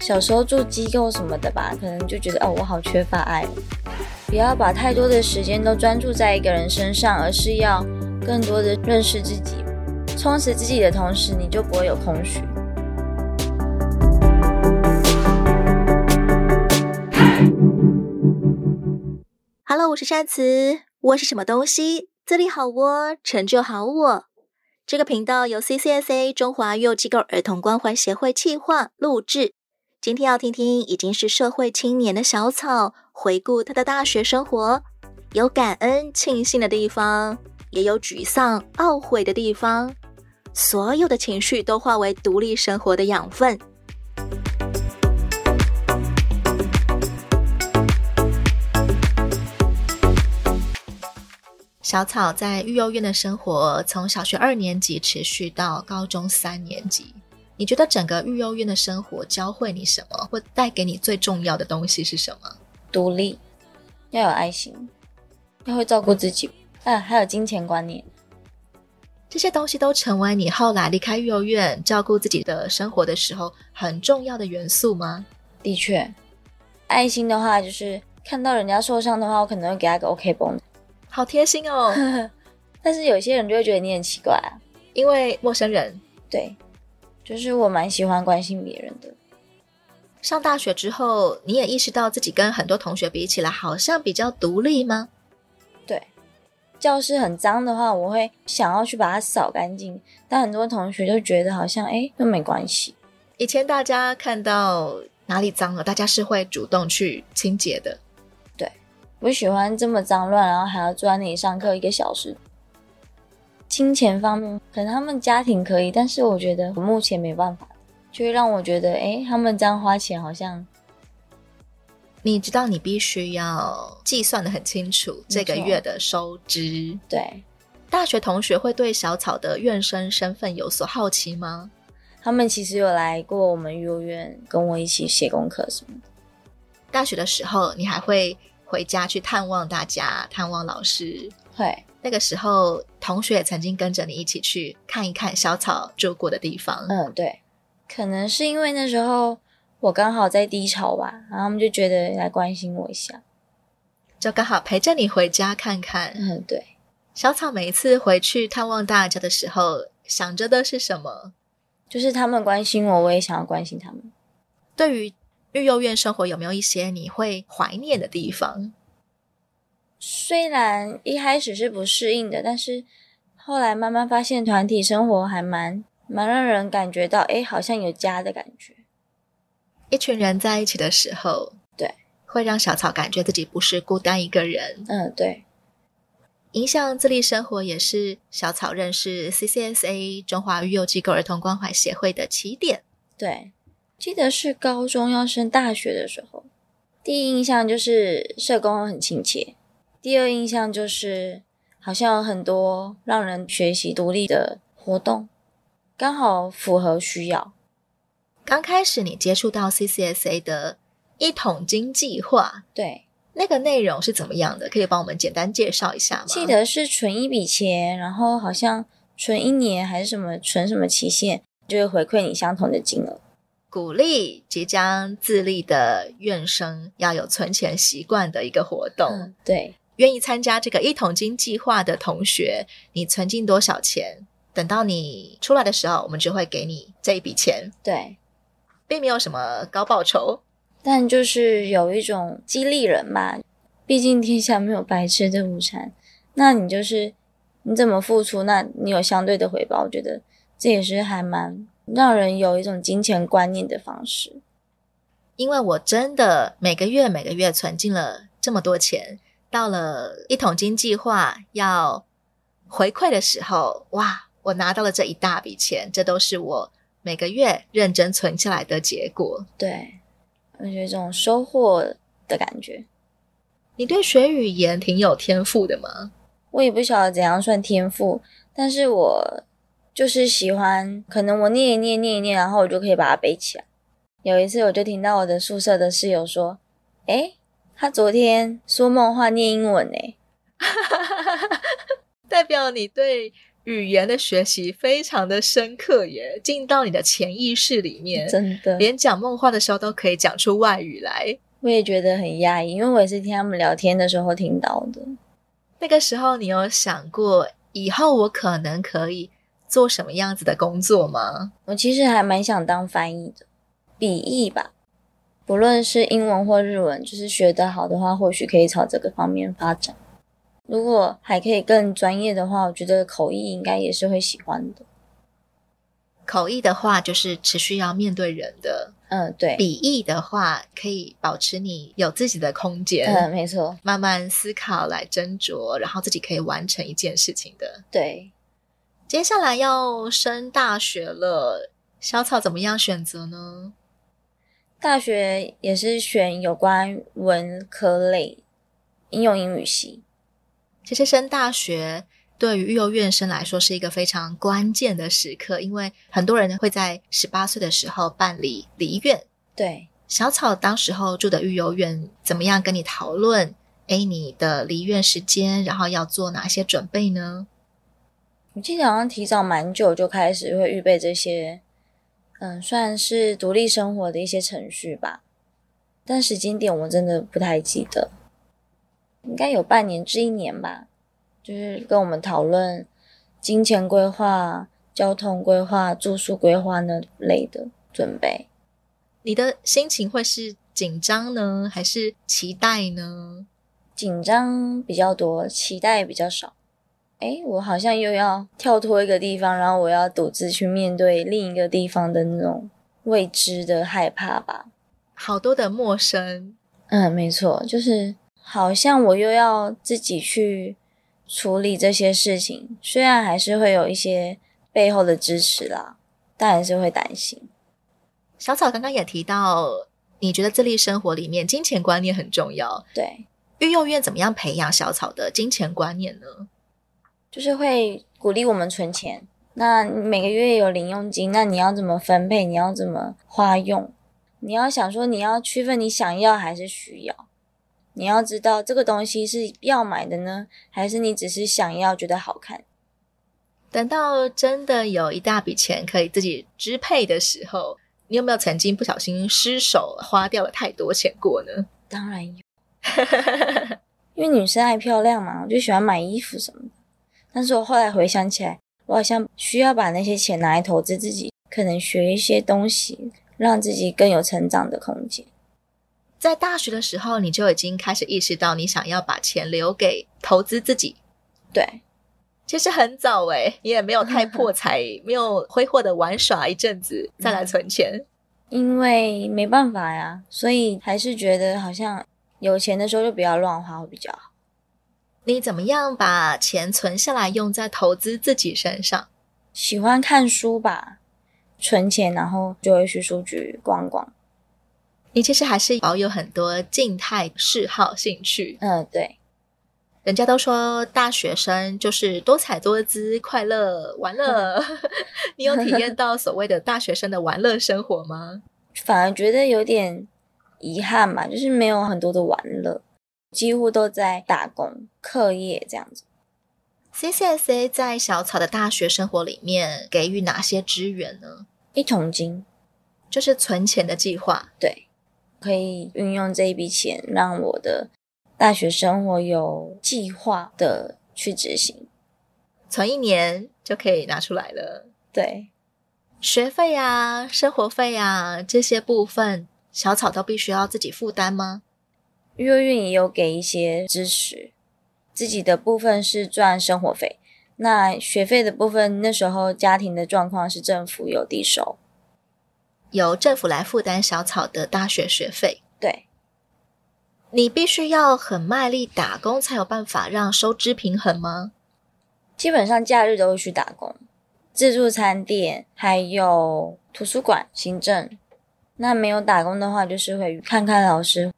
小时候住机构什么的吧，可能就觉得哦，我好缺乏爱哦。不要把太多的时间都专注在一个人身上，而是要更多的认识自己，充实自己的同时，你就不会有空虚。 Hello，我是善慈，我是什么东西？自立好我，成就好我。这个频道由 CCSA 中华育幼机构儿童关怀协会企划录制。今天要听听已经是社会青年的小草回顾他的大学生活，有感恩庆幸的地方，也有沮丧懊悔的地方，所有的情绪都化为独立生活的养分。小草在育幼院的生活，从小学二年级持续到高中三年级。你觉得整个育幼院的生活教会你什么，或带给你最重要的东西是什么？独立，要有爱心，要会照顾自己，啊，还有金钱观念。这些东西都成为你后来离开育幼院、照顾自己的生活的时候很重要的元素吗？的确，爱心的话就是看到人家受伤的话，我可能会给他个 OK 绷。 好贴心哦，嗯但是有些人就会觉得你很奇怪啊。因为陌生人。对，就是我蛮喜欢关心别人的。上大学之后，你也意识到自己跟很多同学比起来，好像比较独立吗？对，教室很脏的话，我会想要去把它扫干净，但很多同学就觉得好像哎都没关系。以前大家看到哪里脏了，大家是会主动去清洁的。不喜欢这么脏乱，然后还要坐在那里上课一个小时。金钱方面，可能他们家庭可以，但是我觉得我目前没办法，就会让我觉得，哎，他们这样花钱好像你知道，你必须要计算的很清楚这个月的收支。对大学同学会对小草的院生身份有所好奇吗？他们其实有来过我们幼儿园跟我一起写功课什么的。大学的时候，你还会回家去探望大家，探望老师。会，那个时候，同学也曾经跟着你一起去看一看小草住过的地方。嗯，对，可能是因为那时候我刚好在低潮吧，然后他们就觉得来关心我一下。就刚好陪着你回家看看。嗯，对。小草每一次回去探望大家的时候，想着的是什么？就是他们关心我，我也想要关心他们。对于育幼院生活，有没有一些你会怀念的地方？虽然一开始是不适应的，但是后来慢慢发现团体生活还蛮蛮让人感觉到，哎，好像有家的感觉。一群人在一起的时候，对，会让小草感觉自己不是孤单一个人。嗯，对，影响自立生活也是小草认识 CCSA 中华育幼机构儿童关怀协会的起点。对，记得是高中要升大学的时候，第一印象就是社工很亲切，第二印象就是好像有很多让人学习独立的活动，刚好符合需要。刚开始你接触到 CCSA 的一桶金计划，对，那个内容是怎么样的？可以帮我们简单介绍一下吗？记得是存一笔钱，然后好像存一年还是什么，存什么期限，就会回馈你相同的金额。鼓励即将自立的院生要有存钱习惯的一个活动。嗯，对，愿意参加这个一桶金计划的同学，你存进多少钱？等到你出来的时候，我们就会给你这一笔钱，对，并没有什么高报酬。但就是有一种激励人吧，毕竟天下没有白吃的午餐。那你就是你怎么付出，那你有相对的回报，我觉得这也是还蛮让人有一种金钱观念的方式。因为我真的每个月每个月存进了这么多钱，到了一桶金计划要回馈的时候，哇，我拿到了这一大笔钱，这都是我每个月认真存下来的结果。对，我觉得这种收获的感觉，你对学语言挺有天赋的吗？我也不晓得怎样算天赋，但是我就是喜欢，可能我念一念念一念，然后我就可以把它背起来。有一次，我就听到我的宿舍的室友说：“诶，他昨天说梦话念英文呢。代表你对语言的学习非常的深刻耶，进到你的潜意识里面，真的，连讲梦话的时候都可以讲出外语来。我也觉得很压抑，因为我也是听他们聊天的时候听到的。那个时候，你有想过以后我可能可以做什么样子的工作吗？我其实还蛮想当翻译的，笔译吧，不论是英文或日文，就是学得好的话，或许可以朝这个方面发展。如果还可以更专业的话，我觉得口译应该也是会喜欢的。口译的话，就是持续要面对人的；嗯，对，笔译的话，可以保持你有自己的空间，嗯，没错，慢慢思考来斟酌，然后自己可以完成一件事情的。对。接下来要升大学了，小草怎么样选择呢？大学也是选有关文科类，应用英语系。其实升大学对于幼儿园生来说是一个非常关键的时刻，因为很多人会在十八岁的时候办理离院。对，小草当时候住的育幼院怎么样？跟你讨论，哎，你的离院时间，然后要做哪些准备呢？我记得好像提早蛮久就开始会预备这些，嗯，算是独立生活的一些程序吧。但时间点我真的不太记得，应该有半年至一年吧。就是跟我们讨论金钱规划、交通规划、住宿规划那类的准备。你的心情会是紧张呢，还是期待呢？紧张比较多，期待比较少。诶，我好像又要跳脱一个地方，然后我要独自去面对另一个地方的那种未知的害怕吧。好多的陌生，嗯，没错，就是好像我又要自己去处理这些事情，虽然还是会有一些背后的支持啦，但还是会担心。小草刚刚也提到，你觉得自立生活里面金钱观念很重要。对，育幼院怎么样培养小草的金钱观念呢？就是会鼓励我们存钱。那你每个月有零用金，那你要怎么分配？你要怎么花用？你要想说你要区分你想要还是需要。你要知道这个东西是要买的呢，还是你只是想要觉得好看？等到真的有一大笔钱可以自己支配的时候，你有没有曾经不小心失手花掉了太多钱过呢？当然有， 因为女生爱漂亮嘛，我就喜欢买衣服什么的。但是我后来回想起来，我好像需要把那些钱拿来投资自己，可能学一些东西，让自己更有成长的空间。在大学的时候，你就已经开始意识到你想要把钱留给投资自己。对，其实很早诶、你也没有太破财，没有挥霍的玩耍一阵子，再来存钱。因为没办法呀，所以还是觉得好像有钱的时候就不要乱花会比较好。你怎么样把钱存下来用在投资自己身上？喜欢看书吧，存钱，然后就会去书局逛逛。你其实还是保有很多静态嗜好、兴趣。嗯，对，人家都说大学生就是多彩多姿、快乐玩乐。你有体验到所谓的大学生的玩乐生活吗？反而觉得有点遗憾吧，就是没有很多的玩乐，几乎都在打工、课业这样子。 CCSA 在小草的大学生活里面给予哪些支援呢？一桶金，就是存钱的计划，对，可以运用这一笔钱让我的大学生活有计划的去执行。存一年就可以拿出来了。对，学费啊、生活费啊这些部分，小草都必须要自己负担吗？育儿院也有给一些支持，自己的部分是赚生活费，那学费的部分那时候家庭的状况是政府有低收，由政府来负担小草的大学学费。对，你必须要很卖力打工，才有办法让收支平衡吗？基本上假日都会去打工，自助餐店还有图书馆、行政。那没有打工的话，就是会看看老师，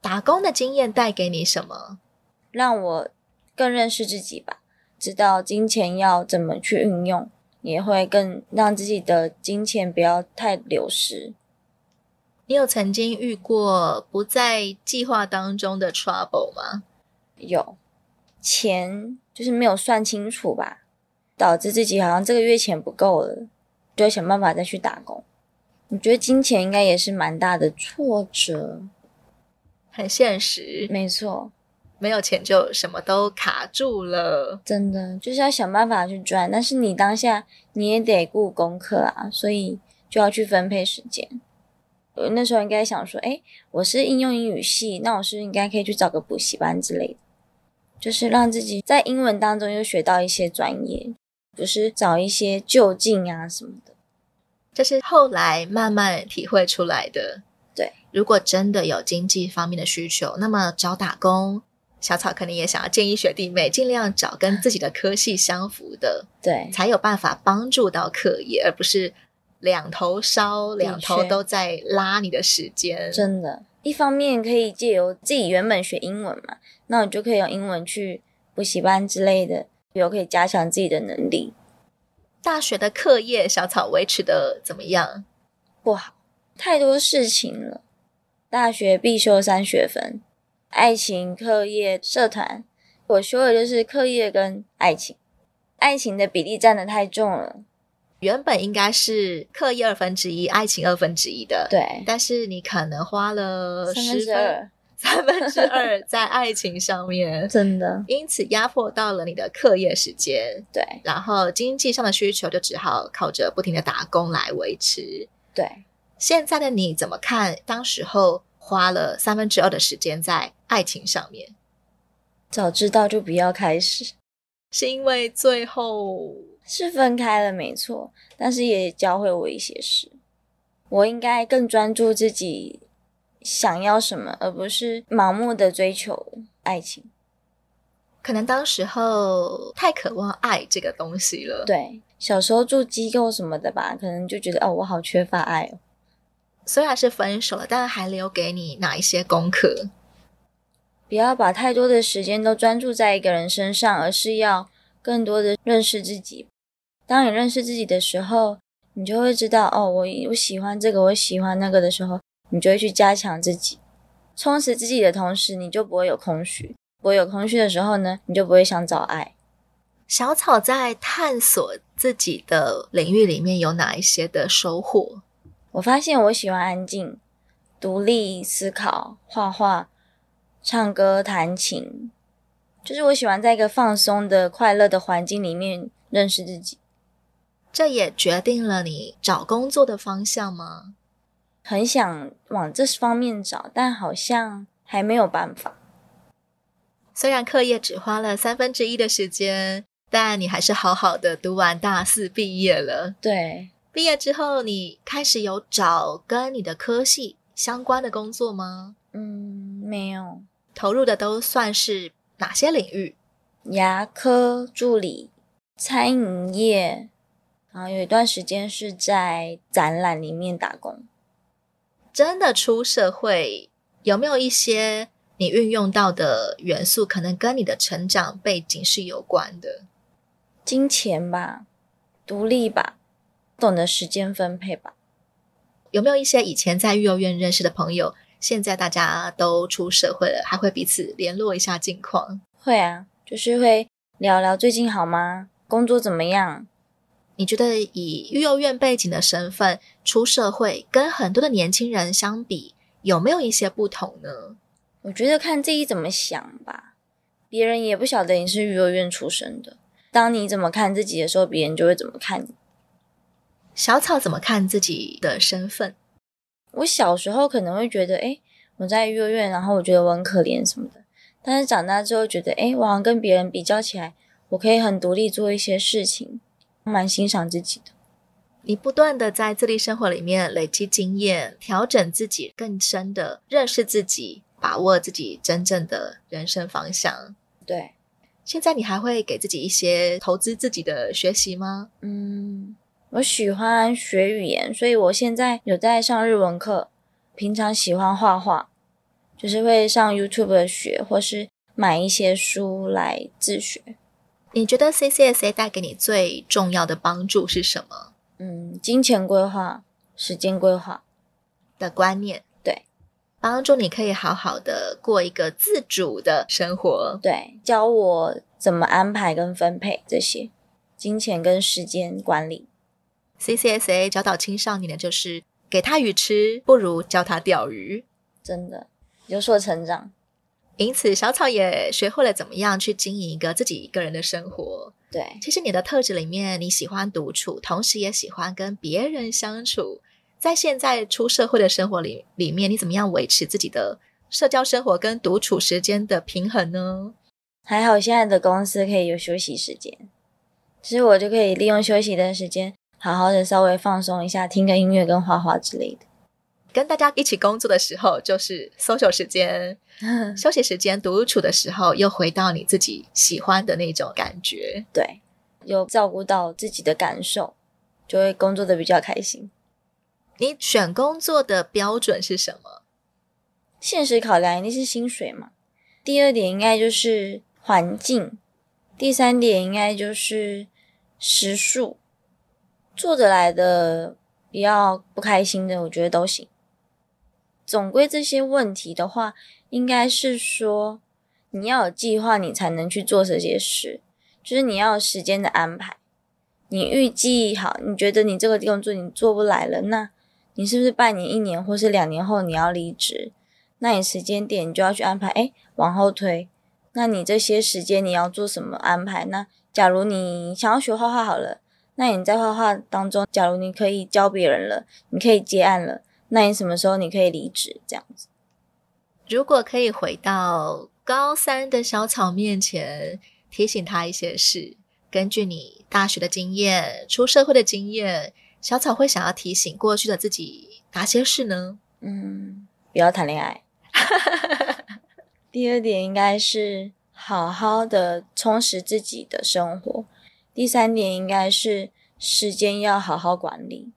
打工的经验带给你什么？让我更认识自己吧，知道金钱要怎么去运用，也会更让自己的金钱不要太流失。你有曾经遇过不在计划当中的 trouble 吗？有钱就是没有算清楚吧，导致自己好像这个月钱不够了，就会想办法再去打工。我觉得金钱应该也是蛮大的挫折，很现实，没错，没有钱就什么都卡住了。真的就是要想办法去赚，但是你当下你也得顾功课啊，所以就要去分配时间。我那时候应该想说，哎，我是应用英语系，那我是不是应该可以去找个补习班之类的，就是让自己在英文当中又学到一些专业，不是找一些就近啊什么的。这是后来慢慢体会出来的。对，如果真的有经济方面的需求，那么找打工，小草肯定也想要建议学弟妹尽量找跟自己的科系相符的，对，才有办法帮助到课业，而不是两头烧，两头都在拉你的时间。真的，一方面可以借由自己原本学英文嘛，那我就可以用英文去补习班之类的，比如可以加强自己的能力。大学的课业，小草维持的怎么样？不好，太多事情了。大学必修三学分，爱情、课业、社团，我修的就是课业跟爱情，爱情的比例占的太重了。原本应该是课业二分之一，爱情二分之一的，对，但是你可能花了三分十之二，三分之二在爱情上面，真的因此压迫到了你的课业时间，对然后经济上的需求就只好靠着不停的打工来维持。对，现在的你怎么看？当时候花了三分之二的时间在爱情上面，早知道就不要开始。是因为最后是分开了，没错，但是也教会我一些事。我应该更专注自己想要什么，而不是盲目的追求爱情。可能当时候太渴望爱这个东西了，对，小时候住机构什么的吧，可能就觉得哦，我好缺乏爱哦。虽然是分手了，但还留给你哪一些功课？不要把太多的时间都专注在一个人身上，而是要更多的认识自己。当你认识自己的时候，你就会知道哦，我我喜欢这个，我喜欢那个的时候，你就会去加强自己，充实自己的同时，你就不会有空虚。不会有空虚的时候呢，你就不会想找爱。小草在探索自己的领域里面有哪一些的收获？我发现我喜欢安静、独立思考、画画、唱歌、弹琴，就是我喜欢在一个放松的、快乐的环境里面认识自己。这也决定了你找工作的方向吗？很想往这方面找，但好像还没有办法。虽然课业只花了三分之一的时间，但你还是好好的读完大四毕业了。对，毕业之后，你开始有找跟你的科系相关的工作吗？嗯，没有投入的都算是哪些领域？牙科助理、餐饮业，然后有一段时间是在展览里面打工。真的出社会，有没有一些你运用到的元素，可能跟你的成长背景是有关的？金钱吧，独立吧，懂得时间分配吧。有没有一些以前在幼儿园认识的朋友，现在大家都出社会了，还会彼此联络一下近况？会啊，就是会聊聊最近好吗？工作怎么样？你觉得以幼儿园背景的身份出社会，跟很多的年轻人相比，有没有一些不同呢？我觉得看自己怎么想吧，别人也不晓得你是育幼院出身的。当你怎么看自己的时候，别人就会怎么看你。小草怎么看自己的身份？我小时候可能会觉得，诶，我在育幼院，然后我觉得我很可怜什么的。但是长大之后觉得，诶，我好像跟别人比较起来，我可以很独立做一些事情，蛮欣赏自己的。你不断的在自立生活里面累积经验，调整自己，更深的认识自己，把握自己真正的人生方向。对，现在你还会给自己一些投资自己的学习吗？嗯，我喜欢学语言，所以我现在有在上日文课。平常喜欢画画，就是会上 YouTube 学，或是买一些书来自学。你觉得 CCSA 带给你最重要的帮助是什么嗯，金钱规划、时间规划，的观念？对，帮助你可以好好的过一个自主的生活。对，教我怎么安排跟分配这些。金钱跟时间管理。 CCSA 教导青少年的就是给他鱼吃，不如教他钓鱼。真的有所成长。因此，小草也学会了怎么样去经营一个自己一个人的生活。对，其实你的特质里面，你喜欢独处，同时也喜欢跟别人相处。在现在出社会的生活里里面，你怎么样维持自己的社交生活跟独处时间的平衡呢？还好现在的公司可以有休息时间，其实我就可以利用休息的时间，好好的稍微放松一下，听个音乐跟画画之类的。跟大家一起工作的时候，就是 social 时间；休息时间、独处的时候，又回到你自己喜欢的那种感觉。 对，有照顾到自己的感受，就会工作的比较开心。你选工作的标准是什么？现实考量一定是薪水嘛，第二点应该就是环境，第三点应该就是时数，做得来的，不要不开心的，我觉得都行。总归这些问题的话，应该是说你要有计划，你才能去做这些事，就是你要有时间的安排。你预计好，你觉得你这个工作你做不来了，那你是不是半年、一年或是两年后你要离职？那你时间点你就要去安排，哎，往后推。那你这些时间你要做什么安排？那假如你想要学画画好了，那你在画画当中，假如你可以教别人了，你可以接案了，那你什么时候你可以离职？这样子，如果可以回到高三的小草面前，提醒他一些事，根据你大学的经验、出社会的经验，小草会想要提醒过去的自己哪些事呢？嗯，不要谈恋爱。第二点应该是好好的充实自己的生活。第三点应该是时间要好好管理。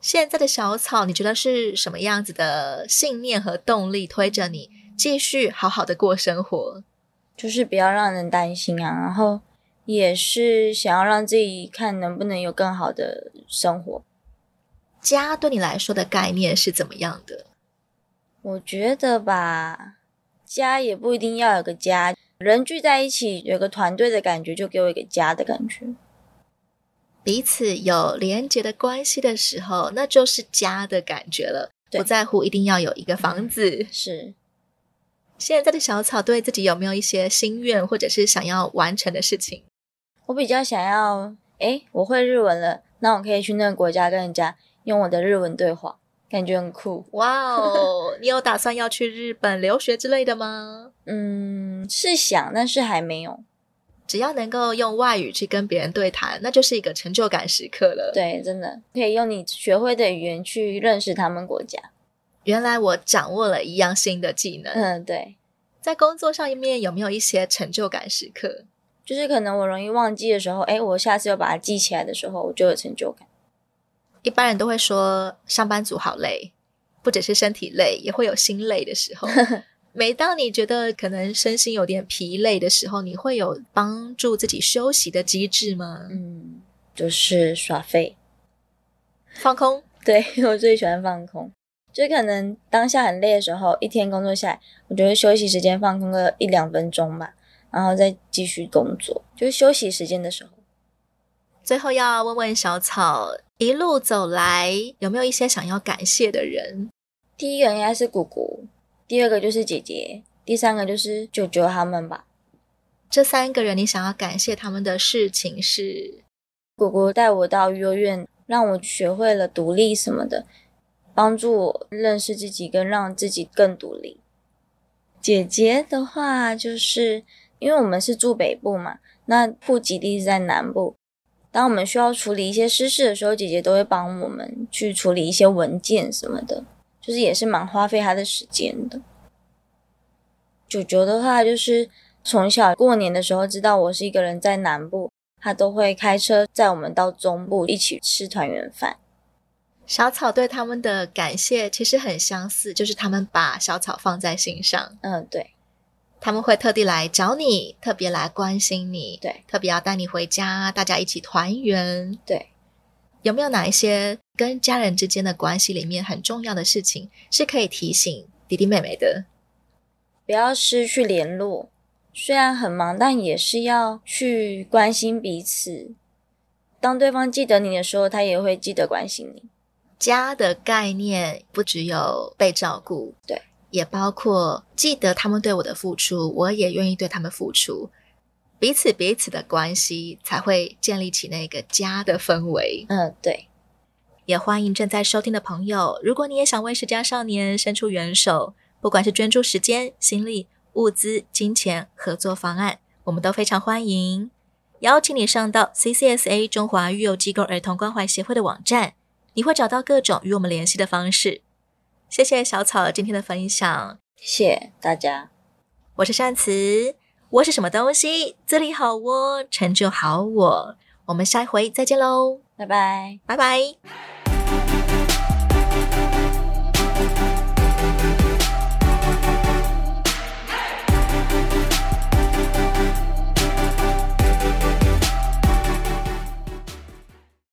现在的小草，你觉得是什么样子的信念和动力推着你继续好好的过生活？就是不要让人担心啊，然后也是想要让自己看能不能有更好的生活。家对你来说的概念是怎么样的？我觉得吧，家也不一定要有个家，人聚在一起有个团队的感觉，就给我一个家的感觉。彼此有连结的关系的时候，那就是家的感觉了。对不在乎一定要有一个房子。是，现在的小草对自己有没有一些心愿，或者是想要完成的事情？我比较想要，诶，我会日文了，那我可以去那个国家跟人家用我的日文对话，感觉很酷。哇 哦，你有打算要去日本留学之类的吗？嗯，是想，但是还没有。只要能够用外语去跟别人对谈，那就是一个成就感时刻了。，对，真的可以用你学会的语言去认识他们国家。原来我掌握了一样新的技能，嗯，对，在工作上面有没有一些成就感时刻？就是可能我容易忘记的时候，诶，我下次又把它记起来的时候，我就有成就感。一般人都会说上班族好累，不只是身体累，也会有心累的时候。每当你觉得可能身心有点疲累的时候，你会有帮助自己休息的机制吗？嗯，就是耍废。 放空，对我最喜欢放空，就可能当下很累的时候，一天工作下来，我觉得休息时间放空个一两分钟吧，然后再继续工作，就是休息时间的时候。最后要问问小草，一路走来有没有一些想要感谢的人？第一个应该是姑姑，第二个就是姐姐，第三个就是舅舅他们吧。这三个人，你想要感谢他们的事情是？姑姑带我到幼儿园，让我学会了独立什么的，帮助我认识自己，跟让自己更独立。姐姐的话，就是因为我们是住北部嘛，那户籍地是在南部。当我们需要处理一些私事的时候，姐姐都会帮我们去处理一些文件什么的，就是也是蛮花费她的时间的。九九的话，就是从小过年的时候知道我是一个人在南部，他都会开车载我们到中部一起吃团圆饭。小草对他们的感谢其实很相似，就是他们把小草放在心上。嗯，对，他们会特地来找你，特别来关心你，对，特别要带你回家，大家一起团圆。对，有没有哪一些跟家人之间的关系里面很重要的事情是可以提醒弟弟妹妹的？不要失去联络，虽然很忙，但也是要去关心彼此。当对方记得你的时候，他也会记得关心你。家的概念不只有被照顾，对，也包括记得他们对我的付出，我也愿意对他们付出，彼此彼此的关系才会建立起那个家的氛围。嗯，对，也欢迎正在收听的朋友，如果你也想为十佳少年伸出援手，不管是捐助时间、心力、物资、金钱、合作方案，我们都非常欢迎。邀请你上到 CCSA 中华育幼机构儿童关怀协会的网站，你会找到各种与我们联系的方式。谢谢小草今天的分享，谢谢大家，我是善慈，我是什么东西？自立好我，成就好我。我们下一回再见喽，拜拜。拜拜。